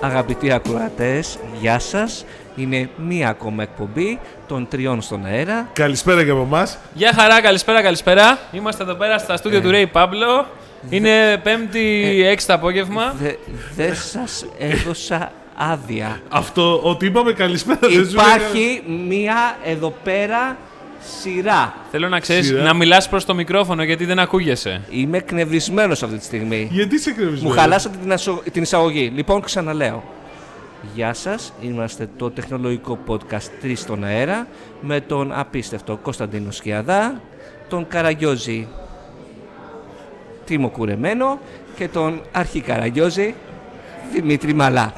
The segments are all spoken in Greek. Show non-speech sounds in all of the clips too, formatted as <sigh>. Αγαπητοί ακροατές, γεια σας. Είναι μία ακόμα εκπομπή των τριών στον αέρα. Καλησπέρα και από εμάς. Γεια χαρά, καλησπέρα, καλησπέρα. Είμαστε εδώ πέρα στα Ε. στούντιο του Ray Pablo. Είναι πέμπτη έξι το απόγευμα. Δε- Δεν σας έδωσα άδεια. Αυτό ότι είπαμε καλησπέρα δεν σου λέει Υπάρχει μία εδώ πέρα σειρά. Θέλω να ξέρεις Σειρά. να μιλάς προς το μικρόφωνο γιατί δεν ακούγεσαι. Είμαι εκνευρισμένος αυτή τη στιγμή. κανένα. Γιατί σε κρεβισμένο. Μου χαλάσατε την, ασο- την εισαγωγή. Λοιπόν, ξαναλέω. Γεια σας, είμαστε το τεχνολογικό podcast 3 στον αέρα με τον απίστευτο Κωνσταντίνο Σκιαδά, τον Καραγιόζη Τίμο Κουρεμένο και τον Αρχικαραγιόζη Δημήτρη Μαλά.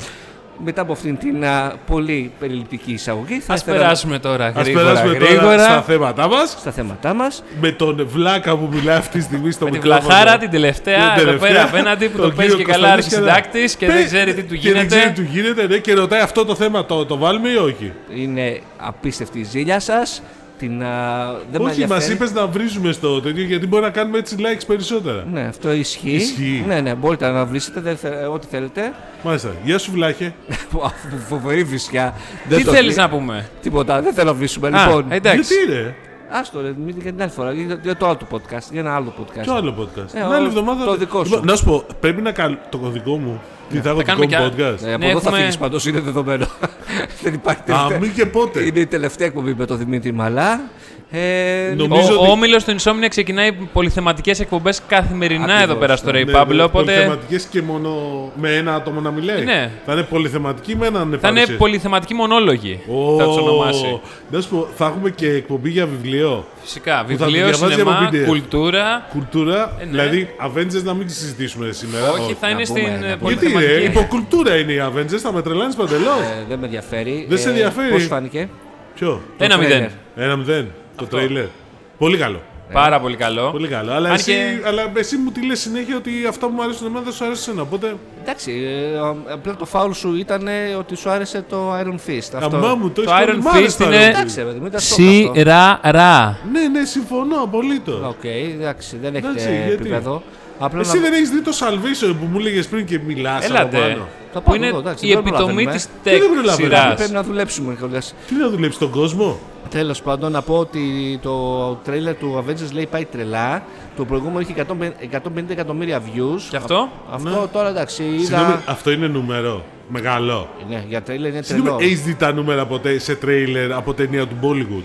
Μετά από αυτήν την α, πολύ περιληπτική εισαγωγή θα Ας ήθελα περάσουμε τώρα Ας γρήγορα, περάσουμε τώρα γρήγορα. στα θέματά μας. στα θέματά μας. Με τον Βλάκα που μιλάει αυτή τη στιγμή στο Με την μικρόφωνο. βλαχάρα την τελευταία, Την εδώ πέρα τελευταία, απέναντι που <laughs> τον το παίζει και κύριο καλά Κωνσταντίνο αρχισυντάκτης και Πε- δεν ξέρει τι του Και δεν ξέρει γίνεται. τι του γίνεται, ναι, και ρωτάει αυτό το θέμα το, το βάλουμε ή όχι. Είναι απίστευτη η ζήλια σας. Την, α, δεν με όχι, μας ενδιαφέρει. είπες να βρίζουμε στο τέτοιο γιατί μπορεί να κάνουμε έτσι likes περισσότερα. Ναι, αυτό ισχύει. Ισχύει. Ναι, ναι, μπορείτε να βρίσετε δεν θε- ε, ό,τι θέλετε. Μάλιστα. Γεια σου, Βλάχε. Φο- Φοβερή βρισιά. Τι θέλεις να πούμε. Τίποτα, δεν θέλω να βρίσουμε. Α, Λοιπόν, εντάξει. Γιατί ρε, άστο ρε, μην για την άλλη φορά. Για, για το άλλο του podcast. Για ένα άλλο podcast. ποιο άλλο podcast. Ε, Την ο- άλλη εβδομάδα. το δικό σου. Λοιπόν, Να σου πω, πρέπει να κάνω το δικό μου. Τι θα έχω δικό Ναι. κάνουμε μου κι άλλο. podcast. Ε, από Ναι, εδώ θα έχουμε- φύγεις παντό, είναι δεδομένο. δεν υπάρχει Α, μην και πότε. Είναι η τελευταία εκπομπή με τον Δημήτρη Μαλά. Ε, Νομίζω Ο, ο ότι- όμιλος του Insomnia ξεκινάει πολυθεματικές εκπομπές καθημερινά εδώ Ακριβώς, πέρα στο Ναι, Ray ναι, Pablo. Οπότε πολυθεματικές και μόνο με ένα άτομο να μιλάει. Ναι. Θα είναι πολυθεματική με έναν θα είναι παρουσίαση. πολυθεματικοί μονόλογοι. Ω, Θα τους ονομάσει. Να σου πω, θα έχουμε και εκπομπή για βιβλίο. Φυσικά. θα το Βιβλίο, διαβάζει σινεμά, από PDF. κουλτούρα. Κουλτούρα, ναι. δηλαδή Avengers να μην τη συζητήσουμε σήμερα. Όχι, θα να είναι πούμε, στην να ε, πούμε. Γιατί ρε, πολυθεματική. υποκουλτούρα είναι η Avengers, θα με τρελάνεις παντελώς. ε, δεν με ενδιαφέρει. Δεν σε ενδιαφέρει. Πώς φάνηκε. Ποιο, Ένα Το ε. μηδέν. τρέιλερ. ένα μηδέν, το τρέιλερ. Πολύ καλό. Πάρα πολύ καλό. Πολύ καλό. Αλλά Αν εσύ, και- αλλά εσύ μου τη λες συνέχεια ότι αυτά που μου αρέσουν εμένα δεν σου αρέσουν εσένα. Οπότε. Εντάξει, ε, απλά το φάουλ σου ήταν ε, ότι σου άρεσε το Iron Fist. Αυτό. Αμά μου το Το έχεις Iron κάνει, μ' άρεσε Fist το Iron είναι- Fist. Εντάξει, ρε παιδί μου, ήταν σοκ αυτό. Σιραρά. Ναι, ναι, συμφωνώ απολύτως. Οκ, εντάξει, δεν Εντάξει, έχετε γιατί? επίπεδο. Απλά Εσύ να- δεν έχεις δει το Salvation που μου λέγες πριν και μιλάς. Έλατε. Θα Που πάμε είναι εδώ, εντάξει, η δεν επιτομή προλαβαίνουμε. της Δεν τεκ προλαβαίνουμε. σειράς. Πρέπει να δουλέψουμε, Νικολάς. Τι να δουλέψει τον κόσμο. Τέλος πάντων, να πω ότι το τρέιλερ του Avengers λέει πάει τρελά. Το προηγούμενο είχε 150 150 εκατομμύρια views. Και αυτό? Αυτό τώρα εντάξει, Ναι. Συγγνώμη, είδα. αυτό είναι νούμερο. Μεγάλο. Ναι, για τρέιλερ είναι τρελό. Συγγνώμη, έχεις δει τα νούμερα ποτέ σε τρέιλερ από ταινία του Bollywood.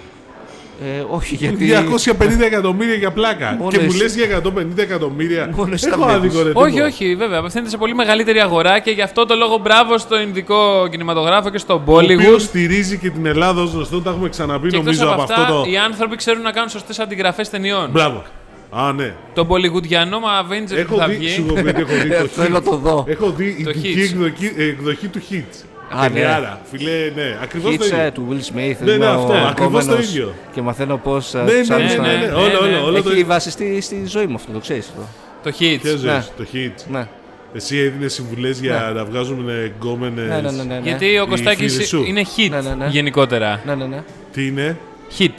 Ε, όχι, γιατί. 250 εκατομμύρια για πλάκα. Μόνος και μου εσύ- λες για 150 εκατομμύρια. Μόνος εσύ τα Έχω βλέπεις. άδικο ρε. Όχι, τύπο. όχι, βέβαια. Απευθύνεται σε πολύ μεγαλύτερη αγορά και γι' αυτό το λόγο μπράβο στο Ινδικό κινηματογράφο και στο Ο οποίος Bollywood. στηρίζει και την Ελλάδα ως γνωστό, τα έχουμε ξαναπεί Και εκτό νομίζω από από αυτά, αυτό το. οι άνθρωποι ξέρουν να κάνουν σωστές αντιγραφές ταινιών. Μπράβο. Α, ναι. Το Bollywoodiano μα Avenger που Έχω θα δει, σου βγει. έχω πει ότι έχω δει Ε, το θέλω να Hits. το δω. Έχω δει η Το ειδική Hits. εκδοχή, ε, εκδοχή του Hits. Α, ναι. Άρα, φιλέ, ναι, ακριβώς το Κίτσα ίδιο. του Will Smith. Ναι, είμαι ναι, ο αυτό, ακριβώς το ερχόμενος ίδιο. Και μαθαίνω πώς. Ναι, ναι, ναι, ναι, ναι, ναι, όλο, ναι. όλο, όλο το Έχει ίδιο. βασιστεί στη ζωή μου αυτό, το ξέρεις αυτό. Το Ποια Hits. ζωή Ναι. σου, το Hits. Ναι. Εσύ έδινες συμβουλές για να βγάζουν γκόμενε. Ναι, ναι, ναι, ναι, ναι. Γιατί ο Οι φίλοι Κωστάκη σου. είναι Ναι, ναι, hit ναι. γενικότερα. Ναι, ναι, ναι. Τι είναι. Hit.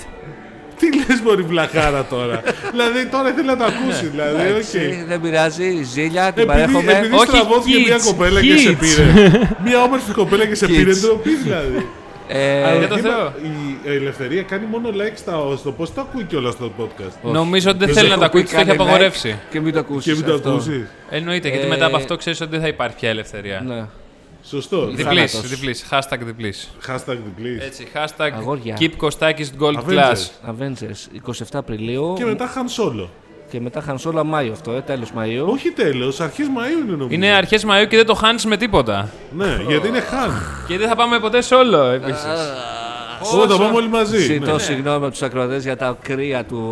Τι λες, Μωρή Βλαχάρα τώρα. δηλαδή τώρα θέλει να το ακούσει. Δηλαδή, οκ. Ε, Δεν πειράζει, ζήλια, την Επειδή, παρέχομαι. επειδή Όχι, στραβώθηκε μια kids, κοπέλα και σε kids. <laughs> πήρε. μια όμορφη κοπέλα και σε Kids. πήρε. Ντροπή δηλαδή. Ε, Αλλά για το είναι- Θεό. Η η ελευθερία κάνει μόνο like στα- στο πώς το ακούει κιόλας το podcast. Νομίζω ότι δεν δεν θέλει έχω να τα πει ακούσει, το έχει κανένα απαγορεύσει. Και μην το ακούσει. Και μην το ακούσεις. Εννοείται, γιατί Ε, μετά από αυτό ξέρεις ότι δεν θα υπάρχει πια ελευθερία. Ναι. Σωστό. Διπλής, θάνατος. διπλής. Hashtag διπλής. Hashtag διπλής. Έτσι, hashtag Αγόρια. keep Κωστάκης gold Avengers. class. Avengers 27 Απριλίου Και μετά Han Solo. και μετά Χανσόλα Μάιο αυτό, ε, τέλος Μαΐου. Όχι τέλος, αρχές Μαου είναι νομίζω. Είναι αρχές Μαΐου και δεν το χάνεις με τίποτα. Ναι, γιατί είναι Han. Και δεν θα πάμε ποτέ solo επίσης. Ω, τα πάμε όλοι μαζί. Ζητώ ναι. συγγνώμη από τους ακροατές για τα κρύα του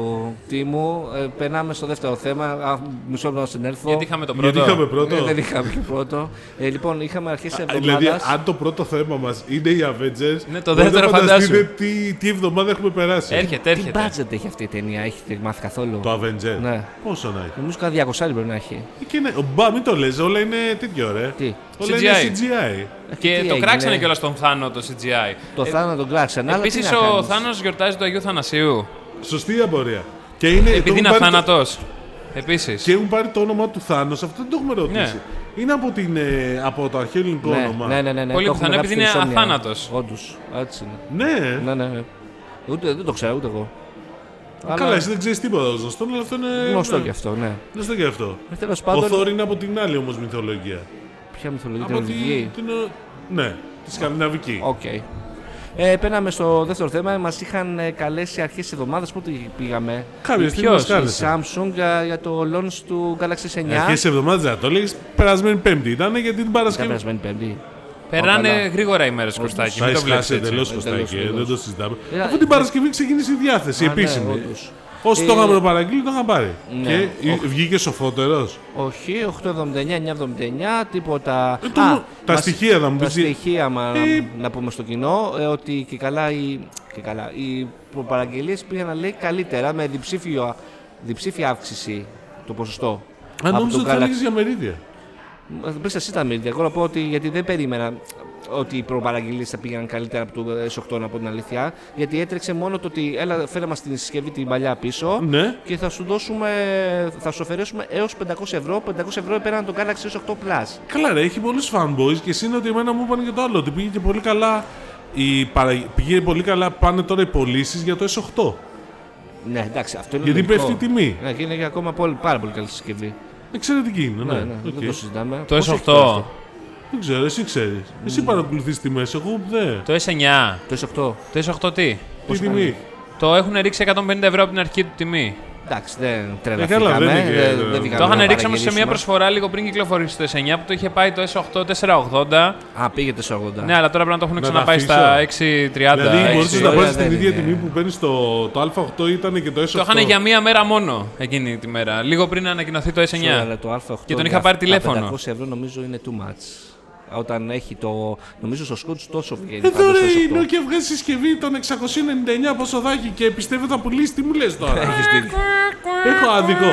τίμου. Ε, περνάμε στο δεύτερο θέμα. Α, μισό λεπτό να συνέλθω. Γιατί είχαμε το Γιατί πρώτο. Ναι, δηλαδή, είχαμε Ε, πρώτο. δεν είχαμε και πρώτο. Ε, λοιπόν, είχαμε αρχίσει τη Α, Δηλαδή, εβδομάδα. αν το πρώτο θέμα μας είναι οι Avengers. Ναι, μπορείτε να το δεύτερο φανταστείτε φαντάσου. Τι, τι εβδομάδα έχουμε περάσει. Έρχεται, Τι έρχεται. budget έχει αυτή η ταινία, έχετε μάθει καθόλου. Το Avenger. Ναι. Πόσο να έχει. Νομίζω κάνα 200 πρέπει να έχει. Και ναι, μπα, μην το λες, όλα είναι τέτοιο ρε. Τι? Όλα CGI. είναι CGI. Τι Και το έγινε? κράξανε κιόλας τον Θάνο το CGI. Το Ε, θάνατο τον κράξαν. αλλά τι Επίση να ο κάνεις. Θάνος γιορτάζει του Αγίου Θανασίου. Σωστή απορία. Και είναι, Ε, το Επειδή έχουν είναι πάρει το- αθάνατος. Και Επίση. έχουν πάρει το όνομα του Θάνος, αυτό δεν το έχουμε ρωτήσει. Είναι από, την, ε, από το αρχαίο ελληνικό όνομα. ναι, ναι, ναι, ναι. Πολύ το πιθανό, έχουμε γράψει επειδή στην είναι Insomnia. αθάνατος. Όντως, έτσι είναι. Ναι. Ναι, ναι, ναι. Ούτε, δεν το ξέρω ούτε εγώ. Καλά, εσύ δεν ξέρεις τίποτα ως γνωστό, αλλά αυτό είναι. Γνωστό ναι. κι αυτό, ναι. Γνωστό και αυτό. Ε, Τέλος Ο πάντων, Θόρ είναι από την άλλη όμως μυθολογία. ποια μυθολογία την από τη- ελληνική. την. ε, Ναι, τη σκανδιναβική. Οκ. Ε, πέναμε στο δεύτερο θέμα. Μας είχαν ε, καλέσει αρχές της εβδομάδας. Πού τη πήγαμε. Κάποια στιγμή Ποιος, μας Η κάλεσε. Samsung για, για το launch του Galaxy S9. Αρχές εβδομάδα, το λέγει. Περασμένη Πέμπτη ήταν γιατί την Την Παρασκευή. περασμένη Πέμπτη. Περνάνε καλά. γρήγορα οι μέρες, Κωστάκη. Θα Μην το βλέπεις εσκάσει έτσι. εντελώς Εντελώς, Κωστάκη, ε, εντελώς. δεν το συζητάμε. Ε, Αφού την δε- Παρασκευή ξεκίνησε η διάθεση, η Α, ναι, επίσημη. όντως. Όσοι Ε, το είχαμε παραγγείλει, το είχαν πάρει. ναι, Και όχι. ε, βγήκε σοφότερο. Όχι, 8,79, 9,79, τίποτα. Ε, το- τα στοιχεία θα μου Τα πεις. στοιχεία μα, Ε. να πούμε στο κοινό, ε, ότι και καλά οι, και καλά, οι προπαραγγελίες πήγαν να λέει καλύτερα με διψήφιο, διψήφια αύξηση το ποσοστό. από Αν Ε, νόμιζα τον ότι θα Galaxy. λέγεις για μερίδια. Μα, Πες εσύ τα μύρια. Εγώ να πω ότι γιατί δεν περίμενα ότι οι προπαραγγελίες θα πήγαιναν καλύτερα από το ε, S8 από την αλήθεια. Γιατί έτρεξε μόνο το ότι έλα, φέρε μας την συσκευή την παλιά πίσω Ναι. και θα σου δώσουμε, θα σου αφαιρέσουμε έως 500 ευρώ. 500 ευρώ επέραν το Galaxy S8 Plus. Καλά, ρε, έχει πολλούς fanboys και εσύ είναι ότι εμένα μου είπαν και το άλλο. Ότι πήγε και πολύ καλά. Η παρα... Πήγε πολύ καλά, πάνε τώρα οι πωλήσεις για το S8. Ναι, εντάξει, αυτό είναι. Γιατί λογικό. πέφτει η τιμή. Ναι, και είναι και ακόμα πολύ, πάρα πολύ καλή συσκευή. Εξαιρετική είναι, ναι. Ναι, ναι, Οκ. δεν το συζητάμε. Ναι. Το Πώς έχει S8, Δεν ξέρω, εσύ ξέρεις. Εσύ παρακολουθείς τιμέ. Εγώ δεν. το S9, Το το S8 τι. Τι τιμή. Το έχουν ρίξει 150 ευρώ από την αρχική του τιμή. S8. Εντάξει, δεν Ε, καλά, τρελαθήκαμε. δεν είναι και- δεν- δεν δεν- βγήκαμε Το να είχαν ρίξει όμως σε μια παραγγελίσουμε. προσφορά λίγο πριν κυκλοφορήσει το S9 που το είχε πάει το S8 480. Α, πήγε σε 80. Ναι, αλλά τώρα πρέπει να το έχουν τα ξαναπάει αφήσω. στα 630. Δηλαδή, έτσι. μπορούσε να ιστορία πάρεις δεν την ίδια είναι. τιμή που παίρνεις το, το Α8 ήταν και το S8. Το είχαν για μία μέρα μόνο εκείνη τη μέρα. Λίγο πριν ανακοινωθεί το Sorry, S9. αλλά το α8 Και τον για είχα πάρει τα τηλέφωνο. 500 ευρώ νομίζω είναι too much. Όταν έχει το. Νομίζω στο σκότ τόσο βγαίνει. Εδώ πάντως Ε, ρε το η 8. Nokia βγάζει συσκευή των 699 πόσο θα έχει και πιστεύω θα πουλήσει τι μου λες τώρα. <laughs> Έχεις δίκιο. Έχω άδικο.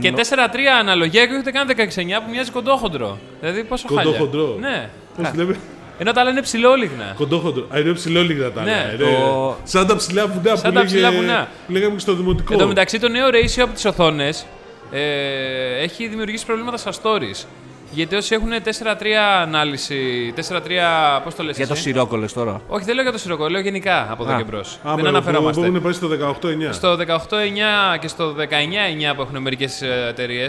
Και 4-3 αναλογία και έχετε κάνει 16-9 που μοιάζει κοντόχοντρο. Δηλαδή πόσο χάλια. Κοντόχοντρο. Ναι. Πώς λέμε. Ενώ τα άλλα είναι ψηλόλιγνα. Κοντόχοντρο. Α, είναι ψηλό λίγα τα Ναι, άλλα, ρε. το- Σαν τα ψηλά βουνά που Σαν τα ψηλά λέγε- βουνά. που λέγαμε και στο δημοτικό. Εν τω μεταξύ το νέο ratio από τις οθόνες έχει δημιουργήσει προβλήματα στα stories. Γιατί όσοι έχουν 4-3 ανάλυση, 4-3 πώς το λες Για το εσύ? σιρόκολε τώρα. Όχι, δεν λέω για το σιροκό, λέω γενικά από εδώ Α. και μπρος. Α, Δεν μπράβο, που αναφερόμαστε. Έχουν πάει στο 18-9. Στο 18-9 και στο 19-9 που έχουν μερικές εταιρείε,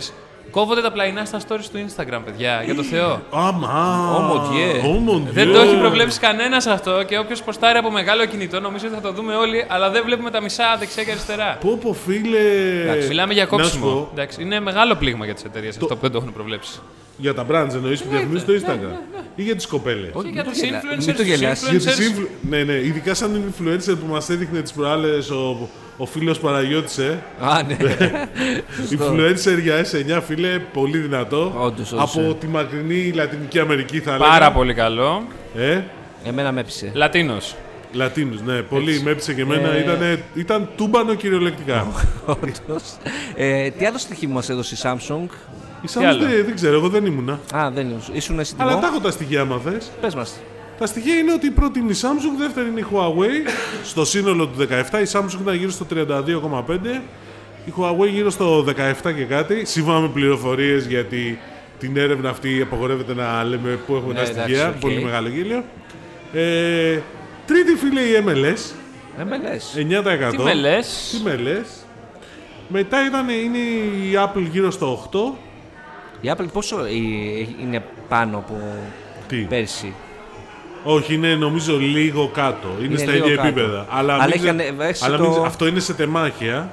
κόβονται τα πλαϊνά στα stories του Instagram, παιδιά. Για το <laughs> Θεό. Αμά. Ω, mon Dieu. Ω, mon Δεν Dieu. το έχει προβλέψει κανένας αυτό και όποιος ποστάρει από μεγάλο κινητό νομίζω ότι θα το δούμε όλοι, αλλά δεν βλέπουμε τα μισά δεξιά και αριστερά. Πω πω φίλε. Μιλάμε για Ε, Να σου κόψιμο. πω, Εντάξει, είναι μεγάλο πλήγμα για τις εταιρείες αυτό που δεν το έχουν προβλέψει. Για τα brands εννοείς που διαφημίζουν Ναι, στο Instagram. Ή για τις κοπέλες. Όχι, Και για μην του το γελά- influencers. μην το τους γελάς. Για τις influencers. influ- Ναι, ναι, ειδικά σαν influencer που μας έδειχνε τις προάλλες ο, ο φίλος Παναγιώτης, ε. Α, ναι. Influencer για S9, φίλε, πολύ δυνατό. Όντως, όντως, Από ε. τη μακρινή Λατινική Αμερική θα λέγαμε. ναι. Πάρα πολύ καλό. Ε, Εμένα με έπεισε. Λατίνος. Λατίνους, ναι. Πολύ με έπεισε και εμένα. Ε. Ήτανε, ήταν τούμπανο κυριολεκτικά. Όντως. Ε, τι άλλο στοιχείο μας έδωσε η Samsung. Η Samsung άλλο. δεν, δεν ξέρω, εγώ δεν ήμουνα. Α, δεν ήσουν. Ήσουν εσύ Αλλά τα έχω τα στοιχεία, άμα θες. Πες μας. Τα στοιχεία είναι ότι η πρώτη είναι η Samsung, δεύτερη είναι η Huawei. στο σύνολο του 17 η Samsung ήταν γύρω στο 32,5. Η Huawei γύρω στο 17 και κάτι. Σύμφωνα με πληροφορίες γιατί την έρευνα αυτή απαγορεύεται να λέμε πού έχουμε Ναι, τα εντάξει, στοιχεία. οκ. Πολύ μεγάλο γέλιο. Ε, τρίτη φίλε η MLS. Ε, με λε. 9%. Τι με λε. Τι με λες. Μετά ήταν, είναι η Apple γύρω στο 8. Η Apple πόσο ε, είναι πάνω από Τι. πέρσι. Όχι, είναι νομίζω λίγο κάτω. Είναι, στα λίγο ίδια κάτω. επίπεδα. Αλλά, Αλλά μην έχει ξε- ανεβάσει αλλά το- Ναι. μην ξε- αυτό είναι σε τεμάχια.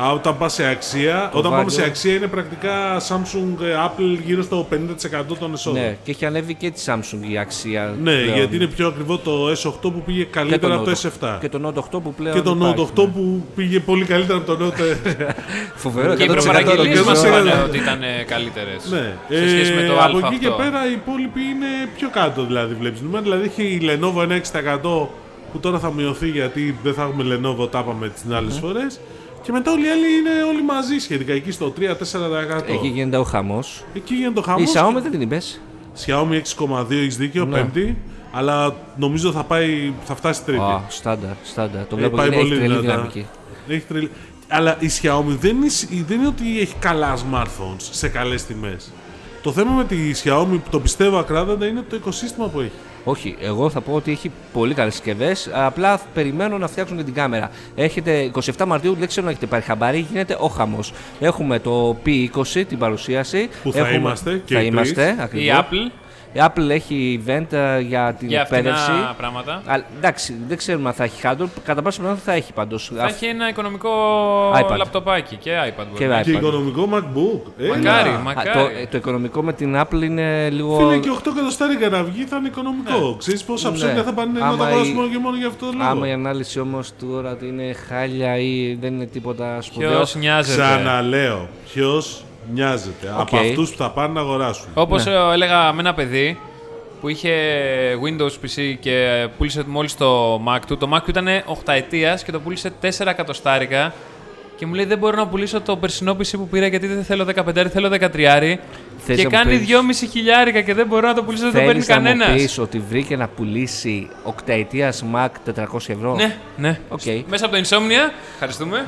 Α, όταν πας σε αξία, όταν πάμε value. σε αξία είναι πρακτικά Samsung, ε, Apple γύρω στο 50% των εσόδων. Ναι, και έχει ανέβει και τη Samsung η αξία. Ναι, πλέον. γιατί είναι πιο ακριβό το S8 που πήγε Και καλύτερα από το Note 8. S7. Και το Note 8 που πλέον. Και το Note υπάρχει. 8 που πήγε πολύ καλύτερα από το Note. Φοβερό, Και οι 100% προπαραγγελίε το μα κέρδος είπαν είναι- ότι ήταν καλύτερες. ναι. Σε σχέση με το από εκεί Α8. και πέρα οι υπόλοιποι είναι πιο κάτω δηλαδή βλέπεις νούμερα. Δηλαδή έχει η Lenovo ένα 6% που τώρα θα μειωθεί γιατί δεν θα έχουμε Lenovo, τα είπαμε τις άλλες φορές. Και μετά όλοι οι άλλοι είναι όλοι μαζί σχετικά, εκεί στο 3-4%. Εκεί Εκεί, γίνεται ο χαμός. γίνεται το Η χαμός. Xiaomi δεν την είπε. Xiaomi 6,2 έχεις δίκιο, Ναι. πέμπτη. Αλλά νομίζω θα, πάει, θα φτάσει τρίτη. Α, στάνταρ, στάνταρ. Το Ε, βλέπω είναι έχει τρελή δυναμική. Έχει τρελή- Αλλά η Xiaomi δεν είναι, σ- δεν είναι ότι έχει καλά smartphones σε καλές τιμές. Το θέμα με τη Xiaomi που το πιστεύω ακράδαντα είναι το οικοσύστημα που έχει. Όχι, εγώ θα πω ότι έχει πολύ καλές συσκευές. Απλά περιμένω να φτιάξουν και την κάμερα. Έχετε 27 Μαρτίου, δεν ξέρω αν έχετε πάρει χαμπάρι, γίνεται ο χαμός. Έχουμε το P20, την παρουσίαση. Που θα Έχουμε- είμαστε και θα οι είμαστε, τρεις. Η ακριβώς. Apple Η Apple έχει event ε, για την για εκπαίδευση. αυτήν πράγματα. Αλλά, εντάξει, δεν ξέρουμε αν θα έχει hardware. Κατά πάσα πιθανότητα θα έχει πάντως. Θα έχει ένα οικονομικό iPad. λαπτοπάκι και iPad. Και μπορεί. iPad. Και οικονομικό MacBook. Ε, Έλα. Μακάρι, το, μακάρι. ε, το οικονομικό με την Apple είναι λίγο. Φίλε, και 8 εκατοστάρικα να βγει θα είναι οικονομικό. Ξέρεις πόσα Ναι. ψώνια θα πάνε να Άμα τα αγοράσουν η- μόνο και μόνο για αυτό το λόγο. Άμα η ανάλυση όμως τώρα ότι είναι χάλια ή δεν είναι τίποτα σπουδαίο. Ποιος νοιάζεται. Ξαναλέω, ποιος νοιάζεται από Οκ. αυτούς που θα πάνε να αγοράσουν. Όπως Ναι. ε, έλεγα με ένα παιδί που είχε Windows PC και ε, πούλησε μόλις το Mac του. Το Mac του ήταν 8 ετία και το πούλησε 4 εκατοστάρικα. Και μου λέει: Δεν μπορώ να πουλήσω το περσινό PC που πήρα γιατί δεν θέλω 15, θέλω 13. Θες και να μου κάνει πεις- 2,5 χιλιάρικα και δεν μπορώ να το πουλήσω, δεν το παίρνει Θέλεις να κανένα. μου πεις ότι βρήκε να πουλήσει οκταετίας Mac 400 ευρώ. Ναι, ναι. Οκ. Μέσα από το Insomnia, <laughs> ευχαριστούμε.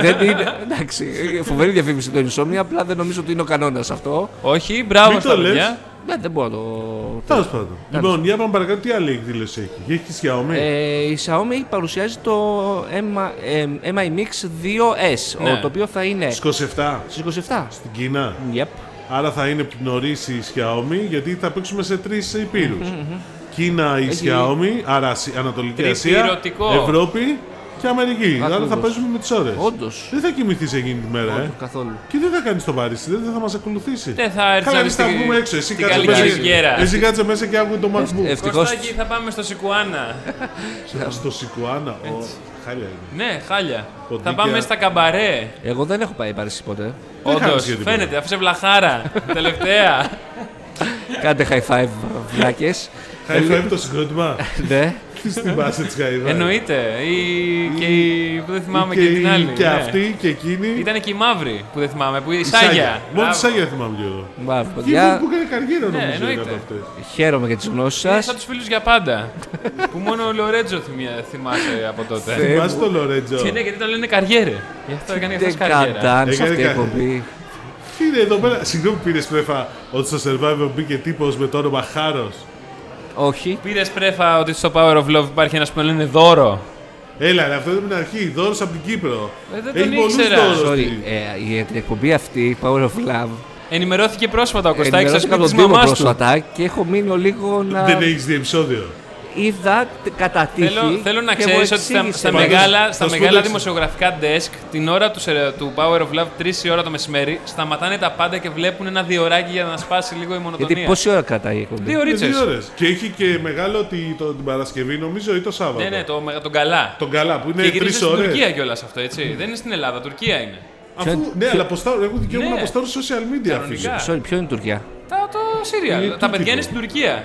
δεν είναι, εντάξει, φοβερή διαφήμιση το Insomnia, απλά δεν νομίζω ότι είναι ο κανόνας αυτό. Όχι, μπράβο Μην στα το λες. παιδιά. Ναι, δεν μπορώ να το... Τέλος πάντων. Λοιπόν, για πάμε παρακάτω, τι άλλη εκδήλωση έχει. Έχει τη Xiaomi. Ε, η Xiaomi παρουσιάζει το M- ε, MI Mix 2S, Ναι. ο- το οποίο θα είναι Στις 27 στις 27. στην Κίνα. Yep. Άρα θα είναι νωρίς η Xiaomi γιατί θα παίξουμε σε τρεις υπήρους. Κίνα η Έχει- Xiaomi, άρα Ασι- Ανατολική Ασία, Τριπυρωτικό. Ευρώπη και Αμερική. Άρα θα Ακριβώς. εκείνη παίζουμε με τις ώρες. Όντως. Δεν θα κοιμηθείς εκείνη τη μέρα, ε. Καθόλου. Και δεν θα κάνεις το Παρίσι, δεν θα μας ακολουθήσει. Δεν Ναι, θα έρθεις Καλά, να εμείς δεις θα τη- βγούμε έξω. Εσύ την κάτσε καλή μέσα. κυριγέρα. Εσύ κάτσε μέσα και άκου το Ε, MacBook. Ευτυχώς- Κωστάκι, θα πάμε στο Σικουάνα. Στο Σικουάνα. Ω, Χάλια είναι. ναι, χάλια. Ποντίκια. Θα πάμε στα καμπαρέ. Εγώ δεν έχω πάει Παρίσι ποτέ. Δεν Όντως, χάνεις για τίποτα. φαίνεται, αφήσε βλαχάρα. Τελευταία. Κάντε high five, βλάκες. Ε, Χαϊφεύει το <laughs> συγκρότημα. ναι. Τι στην πάση τη Χαϊφεύει. Εννοείται. Η... Και η... που δεν θυμάμαι και, και, την άλλη. και ναι. αυτή και εκείνη. Ήταν και η μαύρη που δεν θυμάμαι. Που... Η, η Σάγια. Μόνο τη Μπράβο. Σάγια θυμάμαι και εγώ. Μπράβο, Βγήκε <laughs> παιδιά. που έκανε καριέρα νομίζω Ναι, εννοείται. ήταν από αυτές. Χαίρομαι για τις γνώσεις Είναι σας. σαν τους φίλους για πάντα. που μόνο ο Λορέτζο θυμιά- θυμάσαι από Ε, τότε. Θυμάσαι το Λορέτζο. Και ναι, γιατί τον λένε καριέρε. Γι' αυτό έκανε Δεν αυτό καριέρα. κατάνεις Έκανε αυτή η κα- εκπομπή. Τι είναι εδώ πέρα. Συγγνώμη πήρε πρέφα ότι στο Survivor μπήκε τύπος με το όνομα Χάρος. Όχι. Πήρε πρέφα ότι στο Power of Love υπάρχει ένας που τον λένε δώρο. Έλα, ρε, αυτό ήταν την αρχή. Δώρος από την Κύπρο. Ε, δεν τον Έχει πολλούς ήξερα. δώρους. Sorry, ε, η την εκπομπή αυτή, Power of Love, Ενημερώθηκε πρόσφατα ο Κωστάκης στο Ε, ενημερώθηκα σπίτι από της τον Δήμο μαμάς του. πρόσφατα και έχω μείνει λίγο να Δεν έχεις δει επεισόδιο. είδα τ- κατά τύχη Θέλω, θέλω να και μου ξέρεις ότι στα, εξήγησε. στα Παντού. μεγάλα, Θα στα σου πω μεγάλα το δημοσιογραφικά desk, την ώρα του, σερε- του Power of Love, 3 η ώρα το μεσημέρι, σταματάνε τα πάντα και βλέπουν ένα διωράκι για να σπάσει λίγο η μονοτονία. Γιατί πόση ώρα κρατάει η εκπομπή. Δύο Είναι ώρες. δύο ώρες. Και έχει και μεγάλο ότι το, την Παρασκευή νομίζω ή το Σάββατο. Ναι, ναι, το, μεγα- τον καλά. Τον καλά που και είναι γυρίζεις τρεις στην ώρες. Τουρκία κιόλας αυτό, έτσι. Δεν είναι στην Ελλάδα, Τουρκία είναι. Αφού, ναι, αλλά αποστάρω, έχουν δικαίωμα Ναι. να αποστάρουν social media, Κανονικά. φίλε. Sorry, ποιο είναι η Τουρκία. Τα, το Σύρια. Τα τουρκικό. παιδιά είναι στην Τουρκία.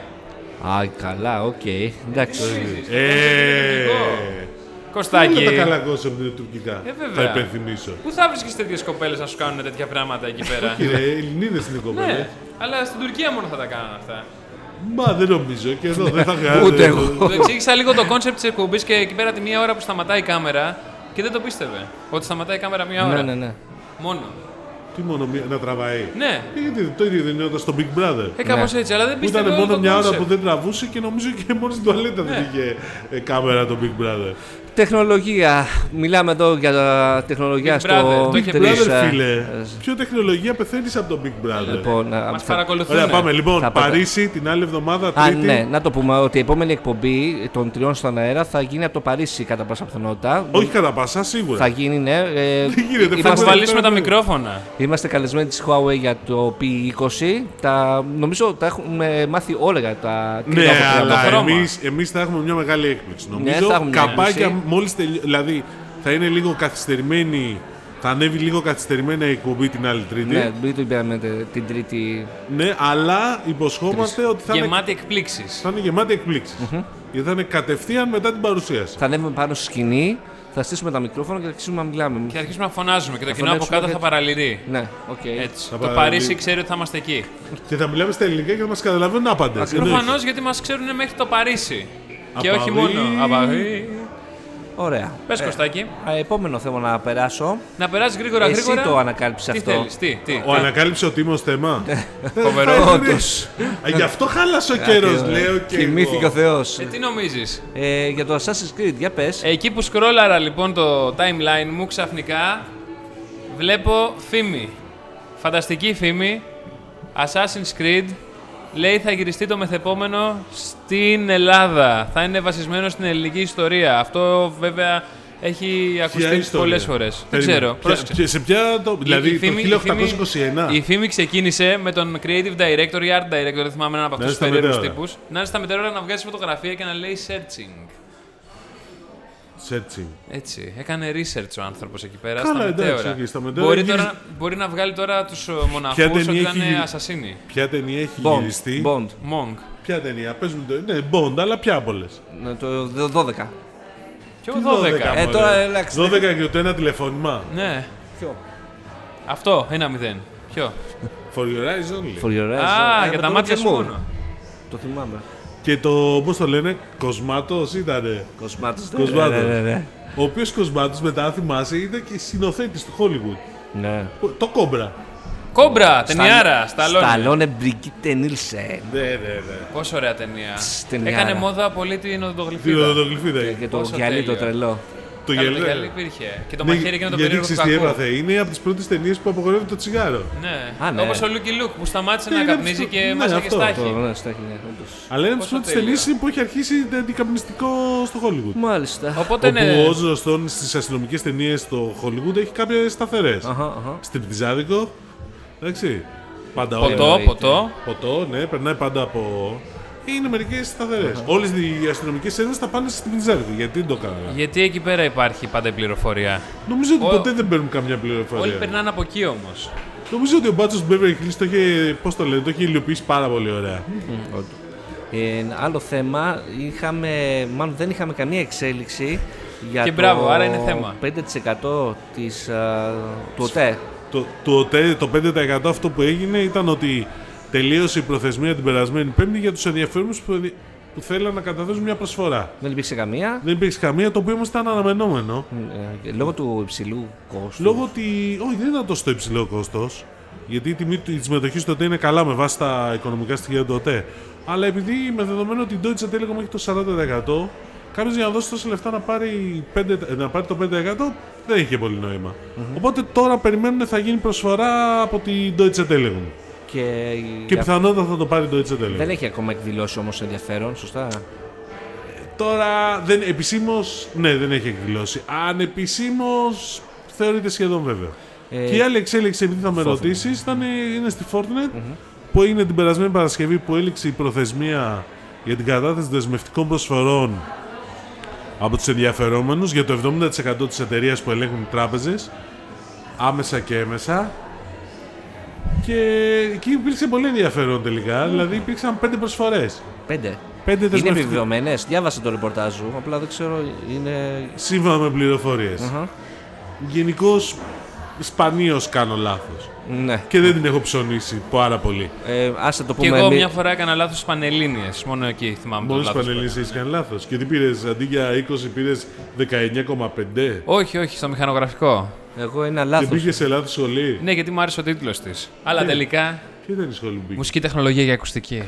Α, καλά, οκ. Εντάξει. Ναι, Ε, Κωστάκι. όλα τα καλά κόσμο είναι τουρκικά. ναι, Ε, βέβαια. θα υπενθυμίσω. Πού θα βρίσκεις τέτοιες κοπέλες να σου κάνουν τέτοια πράγματα εκεί πέρα. Κύριε, Ελληνίδες είναι οι κοπέλες. ναι, αλλά στην Τουρκία μόνο θα τα κάνουν αυτά. Μα δεν νομίζω και εδώ δεν θα κάνω. Ναι, Ούτε εγώ. Του εξήγησα λίγο το κόνσεπτ της εκπομπής και εκεί πέρα τη μία ώρα που σταματάει η κάμερα και δεν το πίστευε. Ότι σταματάει η κάμερα μία ώρα. Ναι, ναι, ναι. Μόνο. Τι μόνο μία- να τραβάει. Ναι, Ε, Γιατί το ίδιο δεν γινόταν στο Big Brother. Ναι. ε, κάπως έτσι, αλλά δεν Που πίστευε. ήταν όλο μόνο το μια ώρα concept. Ναι. που δεν τραβούσε και νομίζω και μόνος στην τουαλέτα δεν είχε ε, κάμερα το Big Brother. Τεχνολογία. Μιλάμε εδώ για τα τεχνολογία Big Brother, στο το είχε τρεις, Brother, ε, φίλε, ε, ποιο τεχνολογία πεθαίνεις από το Big Brother. Λοιπόν, α, Μας θα- παρακολουθούν. Ωραία, πάμε λοιπόν. Θα πάτε. Παρίσι την άλλη εβδομάδα, Α, Τρίτη. ναι, να το πούμε ότι η επόμενη εκπομπή των τριών στον αέρα θα γίνει από το Παρίσι κατά πάσα πιθανότητα. Όχι κατά πάσα, σίγουρα. Θα γίνει, ναι. Ε, Δεν γίνεται, Θα Είμαστε- κουβαλήσουμε τα μικρόφωνα. είμαστε καλεσμένοι της Huawei για το P20. Τα, νομίζω τα έχουμε μάθει όλα για τα Ναι, κιλά από αλλά χρώμα. εμείς, εμείς θα έχουμε μια μεγάλη έκπληξη. Νομίζω Ναι, θα έχουμε μια καπάκια έκπληξη. μόλις τελειώσει. Δηλαδή θα είναι λίγο καθυστερημένη. Θα ανέβει λίγο καθυστερημένα η εκπομπή την άλλη Τρίτη. Ναι, Ναι, μην το περιμένετε την τρίτη. αλλά υποσχόμαστε ότι θα είναι, Γεμάτη εκπλήξεις. θα είναι γεμάτη εκπλήξεις. Γιατί θα είναι κατευθείαν μετά την παρουσίαση. Θα ανέβουμε πάνω στη σκηνή, θα στήσουμε τα μικρόφωνα και θα αρχίσουμε να μιλάμε. Και θα αρχίσουμε να φωνάζουμε και το κοινό από φωνάξουμε κάτω και- θα παραλυρεί. Ναι, οκ. Έτσι. Θα Το παραλυρεί. Παρίσι ξέρει ότι θα είμαστε εκεί. Και θα μιλάμε στα ελληνικά και θα μας καταλαβαίνουν άπαντες. Προφανώς γιατί μας ξέρουν μέχρι το Παρίσι. Και όχι Απαρί- μόνο. Απαρίς. Ωραία. Πες, Κωστάκη. α, επόμενο θέλω να περάσω. Να περάσεις γρήγορα, Εσύ γρήγορα. το ανακάλυψες τι αυτό. Θέλεις, τι, τι. Ο ανακάλυψε ο Τίμος θέμα. Ναι. Ε, Φοβερό. Όντως. Α, Ε, Γι' αυτό χάλασε ο καιρό, λέω και. Κοιμήθηκε ο εγώ. Θεός. Ε, τι νομίζεις. Ε, για το Assassin's Creed, για πες. Εκεί που σκρόλαρα λοιπόν το timeline μου ξαφνικά βλέπω φήμη. Φανταστική φήμη. Assassin's Creed λέει θα γυριστεί το μεθεπόμενο στην Ελλάδα. Θα είναι βασισμένο στην ελληνική ιστορία. Αυτό βέβαια έχει Ποια ακουστεί ιστορία? πολλές φορές. Δεν Περίμενε. ξέρω. Ποια- Πρόσεξε. ποια- σε ποια. Το, δηλαδή φήμη- το Η φήμη, 1821. η φήμη ξεκίνησε με τον creative director ή art director, δεν θυμάμαι έναν από αυτού του είσαι στα περίεργους μετέωρα. τύπους. Να είναι στα μετέωρα να βγάζει φωτογραφία και να λέει searching. Searching. Έτσι. Έκανε research ο άνθρωπος εκεί πέρα. Καλά, στα εντάξει, μετέωρα. εκεί στα μετέωρα Μπορεί, εκεί- τώρα, μπορεί να βγάλει τώρα τους μοναχούς Ποια ταινία ότι ήταν έχει- ασασίνοι. Ποια ταινία έχει Bond. γυριστεί. Bond. Monk. Ποια ταινία. Πες μου το. Ναι, Bond, αλλά ποια πολλέ. Ναι, Το 12. Και ο Τι 12. 12, Ε, τώρα ελάξτε. 12 και το ένα τηλεφώνημα. Ναι. Ποιο? Αυτό, ένα μηδέν. Ποιο. For your eyes only. For your eyes. Ε, Α, για με τα τον μάτια Roger σου Moore. μόνο. Το θυμάμαι. Και το, πώς το λένε, Κοσμάτος ήτανε. Κοσμάτος. ναι, Κοσμάτος. Ναι, ναι, ναι. Ο οποίος Κοσμάτος μετά, αν θυμάσαι, ήταν και σκηνοθέτη του Hollywood. ναι. Το κόμπρα. ε, Κόμπρα, ταινιάρα, σταλόνι. Σταλόνε Μπριγκίτε Νίλσεν. Ναι, ναι, ναι. Πόσο ωραία ταινία. Ψ, ταινιάρα. Έκανε μόδα πολύ την Την οδοντογλυφίδα. οδοντογλυφίδα. Και το Πόσο γυαλί το τέλειο. τρελό. ε. Το Καλά, Το γελάει. γυαλί υπήρχε. Και το Ναι, μαχαίρι εκείνο το γιατί περίεργο του ξέρεις τι κακού. έπαθε. Είναι από τις πρώτες ταινίες που απογορεύεται το τσιγάρο. Ναι. Α, ναι. Όπως ο Λούκι Λουκ που σταμάτησε Ναι, να είναι καπνίζει αυτό. και Ναι, μας έκανε αυτό, Το στάχη. ναι, στα έχει, ναι, όντως. Αλλά είναι από τις Πόσο πρώτες τέλεια. ταινίες που έχει αρχίσει αντικαπνιστικό στο Hollywood. Μάλιστα. Οπότε Όπου ο ναι. Όζο Στόν στις αστυνομικές ταινίες στο Hollywood έχει κάποιες σταθερές. Αχα, αχα. Στριπτιζάδικο. Εντάξει. Πάντα όλα. Ποτό, εννοείται. ποτό. Ποτό, ναι, περνάει πάντα από. Είναι μερικές σταθερές. Όλες οι αστυνομικές έννοιες θα πάνε στην Πιτζάρικο. Γιατί δεν το κάνανε. Γιατί εκεί πέρα υπάρχει πάντα η πληροφορία. Νομίζω ότι Ο- ποτέ δεν παίρνουν καμιά πληροφορία. Όλοι περνάνε από εκεί όμως. Νομίζω ότι ο μπάτσος του Beverly Hills το είχε, πώς το λένε, το είχε υλοποιήσει πάρα πολύ ωραία. Ε, ένα άλλο θέμα, είχαμε, μάλλον δεν είχαμε καμία εξέλιξη για Και το μπράβο, άρα είναι θέμα. 5% της, α, του ΟΤΕ. Το, το, τε- το 5% αυτό που έγινε ήταν ότι τελείωσε η προθεσμία την περασμένη Πέμπτη για τους ενδιαφέρουμενου που, ενδι- που θέλαν να καταθέσουν μια προσφορά. Δεν υπήρξε καμία. Δεν υπήρξε καμία, το οποίο όμως ήταν αναμενόμενο. ε, Λόγω του υψηλού κόστου. Λόγω ότι. Όχι, δεν ήταν τόσο το υψηλό κόστος. Γιατί η τιμή της συμμετοχής του ΟΤΕ είναι καλά με βάση τα οικονομικά στοιχεία του ΟΤΕ. Αλλά επειδή με δεδομένο ότι η Deutsche Telekom έχει το 40%, κάποιος για να δώσει τόσα λεφτά να πάρει, 5, να πάρει το 5% δεν είχε πολύ νόημα. Οπότε τώρα περιμένουν θα γίνει προσφορά από τη Deutsche Telekom. Και, Και για- πιθανότατα θα το πάρει η Deutsche Telekom. Δεν έχει ακόμα εκδηλώσει όμως ενδιαφέρον, σωστά. Τώρα δεν, επισήμως, ναι, δεν έχει εκδηλώσει. Ανεπισήμως θεωρείται σχεδόν βέβαιο. Ε, και η άλλη εξέλιξη, επειδή θα με Fortnite. ρωτήσεις, είναι στη Fortnite που έγινε την περασμένη Παρασκευή που έληξε η προθεσμία για την κατάθεση δεσμευτικών προσφορών από τους ενδιαφερόμενους για το 70% της εταιρείας που ελέγχουν οι τράπεζες άμεσα και έμεσα και εκεί υπήρξε πολύ ενδιαφέρον τελικά, δηλαδή υπήρξαν πέντε προσφορές. Πέντε. Πέντε Είναι δεσμευτικές- επιβεβαιωμένες. Διάβασα το ρεπορτάζ σου. Απλά δεν ξέρω. Είναι. σύμφωνα με πληροφοριες Αχα. Γενικώς σπανίως κάνω λάθος. Ναι. Και δεν την έχω ψωνίσει πάρα πολύ. Ε, άσε το Και πούμε. εγώ εμεί- μια φορά έκανα λάθος πανελίνε. Μόνο εκεί θυμάμαι το Μόλι λάθος. πανελληνίες έχει κάνει λάθος. Και τι πήρες, αντί για 20 πήρε 19,5. Όχι, όχι, στο μηχανογραφικό. Εγώ ένα Και λάθο. πήγε σε λάθος σχολή. Ναι, γιατί μου άρεσε ο τίτλος της. Αλλά τελικά. Ποια ήταν η σχολή που πήγε. Μουσική τεχνολογία για ακουστική.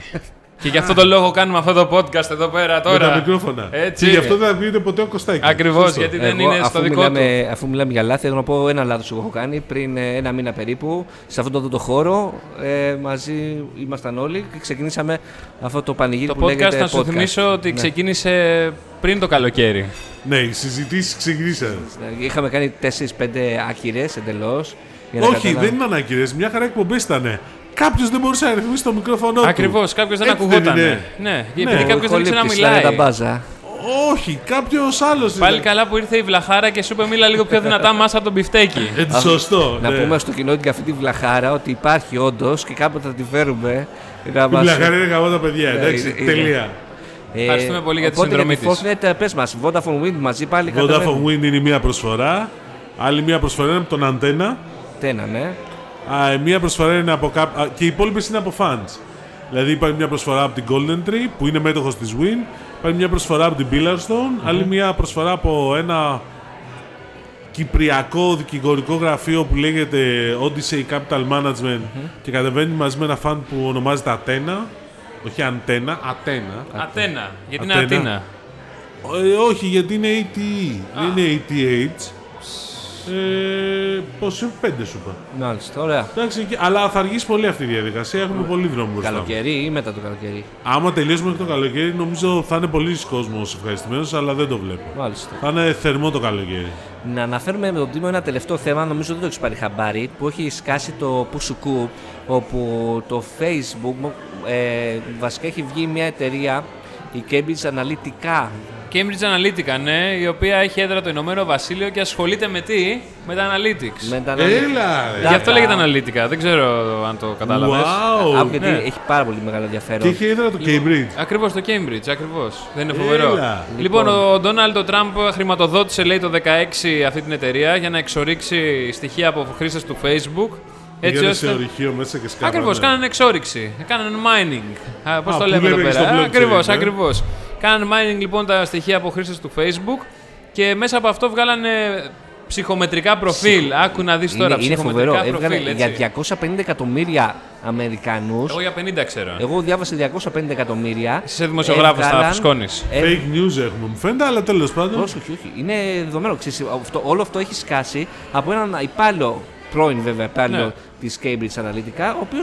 και γι' αυτό το λόγο κάνουμε αυτό το podcast εδώ πέρα Με τώρα. τα μικρόφωνα. Έτσι. Και γι' αυτό δεν θα βγείτε ποτέ ο Κωστάκης. Ακριβώς, γιατί δεν είναι στο αφού, δικό του. μιλάμε, αφού μιλάμε για λάθη, θέλω να πω ένα λάθος που έχω κάνει πριν ε, ένα μήνα περίπου σε αυτόν εδώ το χώρο. Ε, μαζί ήμασταν όλοι και ξεκινήσαμε αυτό το πανηγύρι Το που podcast, λέγεται να σου podcast. θυμίσω ότι Ναι. ξεκίνησε πριν το καλοκαίρι. Ναι, οι συζητήσεις ξεκινήσαν. Ναι, Είχαμε κάνει 4-5 άκυρες εντελώς. Όχι, δεν ήταν άκυρες. Μια χαρά εκπομπές ήταν. Κάποιος δεν μπορούσε να ρυθμίσει το μικρόφωνο του. Ακριβώς, κάποιος δεν Έτσι ακουγόταν. είναι. Ναι, Ναι. Ε, επειδή κάποιος δεν ήξερε να Τα μιλάει. μπάζα. Όχι, κάποιος άλλος. Πάλι καλά που ήρθε η βλαχάρα και σου είπε μίλα λίγο πιο δυνατά μέσα από τον πιφτέκι. Σωστό. Να ναι. πούμε στο κοινό την καφετή βλαχάρα ότι υπάρχει όντως και κάποτε θα τη φέρουμε. Να μας... Η Μπλαχαρή είναι γαμώ τα παιδιά, εντάξει, είναι- είναι. τελεία. Ε, Ευχαριστούμε πολύ για τη οπότε συνδρομή της. Για τη Fortnite, πες μας, Vodafone Wind μαζί πάλι Vodafone Win είναι μία προσφορά, άλλη μία προσφορά είναι από τον Αντένα, Τένα, ναι. α, ε, μία προσφορά είναι από κά- α, και οι υπόλοιπες είναι από fans. Δηλαδή υπάρχει μία προσφορά από την Golden Tree που είναι μέτοχος της Win Υπάρχει μια προσφορά από την Pillarstone, άλλη μια προσφορά από ένα κυπριακό δικηγορικό γραφείο που λέγεται Odyssey Capital Management και κατεβαίνει μαζί με ένα φαν που ονομάζεται Atena. Όχι Αντένα, Atena. Ατένα. Γιατί είναι Ατένα. Αθήνα. Ε, όχι, γιατί είναι ATE. Δεν είναι ATH. Ε, Πώς είναι, πέντε σου είπα. Μάλιστα, ωραία. Εντάξει, και- αλλά θα αργήσει πολύ αυτή η διαδικασία. Έχουμε πολύ δρόμο μπροστά. Καλοκαιρί ή μετά το καλοκαιρί. Άμα τελειώσουμε και το καλοκαίρι, νομίζω θα είναι πολλοί κόσμος ευχαριστημένος, αλλά δεν το βλέπω. Μάλιστα. Θα είναι θερμό το καλοκαίρι. Να αναφέρουμε με τον Τίμο ένα τελευταίο θέμα, νομίζω δεν το έχεις πάρει χαμπάρι, που έχει σκάσει το Πουσουκού, όπου το Facebook ε, βασικά έχει βγει μια εταιρεία, η Cambridge Analytica. Cambridge Analytica, ναι, η οποία έχει έδρα το Ηνωμένο Βασίλειο και ασχολείται με τι, με τα Analytics. Με τα ναι. Έλα, ρε. Data. Γι' αυτό λέγεται Analytica, δεν ξέρω αν το κατάλαβες. Wow. Άκου, γιατί ναι. έχει πάρα πολύ μεγάλο ενδιαφέρον. Και έχει έδρα το Cambridge. Ακριβώς το Cambridge, ακριβώς. Δεν είναι φοβερό. Έλα. Λοιπόν, ο Ντόναλντ Τραμπ χρηματοδότησε, λέει, το 16 αυτή την εταιρεία για να εξορίξει στοιχεία από χρήστες του Facebook. Έτσι Πήγανε σε ώστε. ορυχείο μέσα και σκάβανε. ναι. Ακριβώς, κάνανε εξόριξη. Κάνανε mining. Πώς Α, το που λέμε εδώ λέμε και στο πέρα. blockchain, Ακριβώς, ε. ακριβώς. Κάνανε mining λοιπόν τα στοιχεία από χρήστες του Facebook και μέσα από αυτό βγάλανε ψυχομετρικά προφίλ. Άκου να δεις τώρα. είναι, είναι φοβερό. ψυχομετρικά Έβγαλε προφίλ, έτσι. για 250 εκατομμύρια Αμερικανούς. Εγώ για 50 ξέρω. Εγώ διάβασα 250 εκατομμύρια. Εσύ είσαι δημοσιογράφος, θα Έβγαλαν- φουσκώνεις. ε, Fake news έχουμε, μου φαίνεται, αλλά τέλος πάντων. όχι, όχι, όχι. Είναι δεδομένο. Ξέρεις, αυτό, όλο αυτό έχει σκάσει από έναν υπάλληλο, πρώην βέβαια υπάλληλο Ναι. της τη Cambridge Analytica, ο οποίο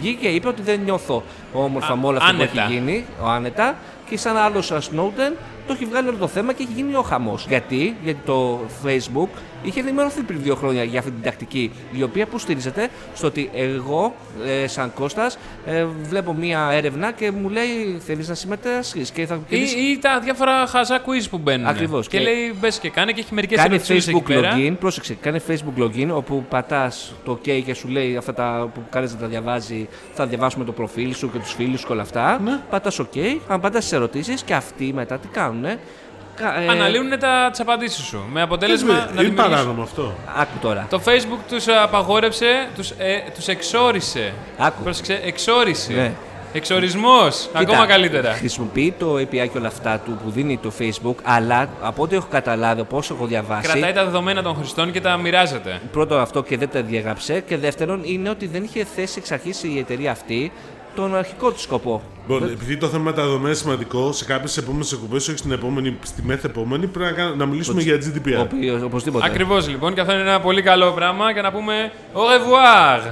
βγήκε και είπε ότι δεν νιώθω όμορφα με όλα αυτά που άνετα. έχει γίνει, ο άνετα, και σαν άλλος σαν Snowden το έχει βγάλει όλο το θέμα και έχει γίνει ο χαμός. Γιατί? Γιατί το Facebook είχε ενημερωθεί πριν δύο χρόνια για αυτή την τακτική, η οποία που στηρίζεται στο ότι εγώ, ε, σαν Κώστας, ε, βλέπω μία έρευνα και μου λέει θέλεις να συμμετάσχεις και θα Ή, κερδίσεις ή τα διάφορα χαζά quiz που μπαίνουν. Ακριβώς. Και, Και- λέει μπες και κάνε και έχει μερικές Κάνε ερωτήσεις εκεί Facebook πέρα. login, πρόσεξε, κάνε Facebook login όπου πατάς το OK και σου λέει αυτά τα που κάνεις να τα διαβάζει, θα διαβάσουμε το προφίλ σου και τους φίλους σου και όλα αυτά. Ναι. Πατάς OK, αν πατάς τις ερωτήσεις και αυτοί μετά τι κάνουνε. κα- ε, Αναλύουν τα τι απαντήσει σου. Με αποτέλεσμα Ε, να Είναι δημιουργήσουν. παράνομο αυτό. Άκου τώρα. Το Facebook τους απαγόρευσε, τους ε, τους εξόρισε. Άκου. Πρόσεξε, εξόρισε. Ναι. Εξορισμός. Ακόμα καλύτερα. Χρησιμοποιεί το API και όλα αυτά του που δίνει το Facebook, αλλά από ό,τι έχω καταλάβει, από όσο έχω διαβάσει. Κρατάει τα δεδομένα των χρηστών και τα μοιράζεται. Πρώτον αυτό και δεν τα διαγράψε. Και δεύτερον είναι ότι δεν είχε θέσει εξ αρχής η εταιρεία αυτή τον αρχικό του σκοπό. Λοιπόν, επειδή το θέμα με τα δεδομένα είναι σημαντικό, σε κάποιες επόμενες εκπομπές, όχι στην επόμενη, στη μεθεπόμενη, πρέπει να, κα- να μιλήσουμε για Ο GDPR. οποίος- Οπωσδήποτε. Ακριβώς λοιπόν, και αυτό είναι ένα πολύ καλό πράγμα για να πούμε Au revoir.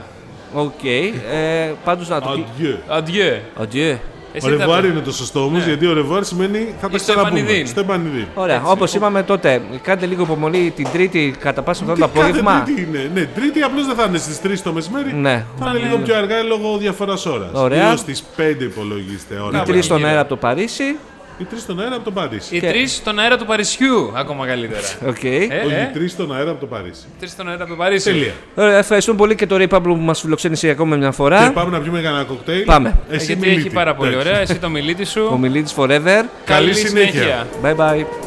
Οκ. Ε, Πάντως να το. Adieu. Adieu. Adieu. Εσύ Ο τι θα Ναι. πεις? ρεβουάρ είναι το σωστό όμως, γιατί ο ρεβουάρ σημαίνει θα τα Ή στο ξαναπούμε. επανειδήν. Στο επανειδήν. Ωραία, όπω είπαμε τότε, κάντε λίγο υπομονή την Τρίτη κατά πάσα Τι πιθανότητα το απόγευμα. κάθε Τρίτη είναι. Ναι, Τρίτη απλώς δεν θα είναι στις 3 το μεσημέρι. Ναι. Θα είναι λίγο πιο αργά λόγω διαφοράς ώρας. Ωραία. Έως τις 5 υπολογίστε. Ωραία. Τρει τρεις- στον αέρα από το Παρίσι. Οι 3 στον αέρα από το Παρίσι. Οι Και- τρεις στον αέρα του Παρισιού. Ακόμα καλύτερα. Οκ. Ε, Όχι, ε. οι 3 στον αέρα από το Παρίσι. Τρεις στον αέρα από το Παρίσι. Τέλεια. Ωραία, ευχαριστούμε πολύ και το Ray Pablo που μας φιλοξένησε ακόμα μια Και φορά. πάμε να πιούμε κανένα κοκτέιλ. Πάμε. Ε, Εσύ Γιατί μιλήτη. έχει πάρα πολύ Εντάξει. ωραία. Εσύ το μιλήτη Ο σου. Μιλίτη Forever. Καλή συνέχεια. Bye bye.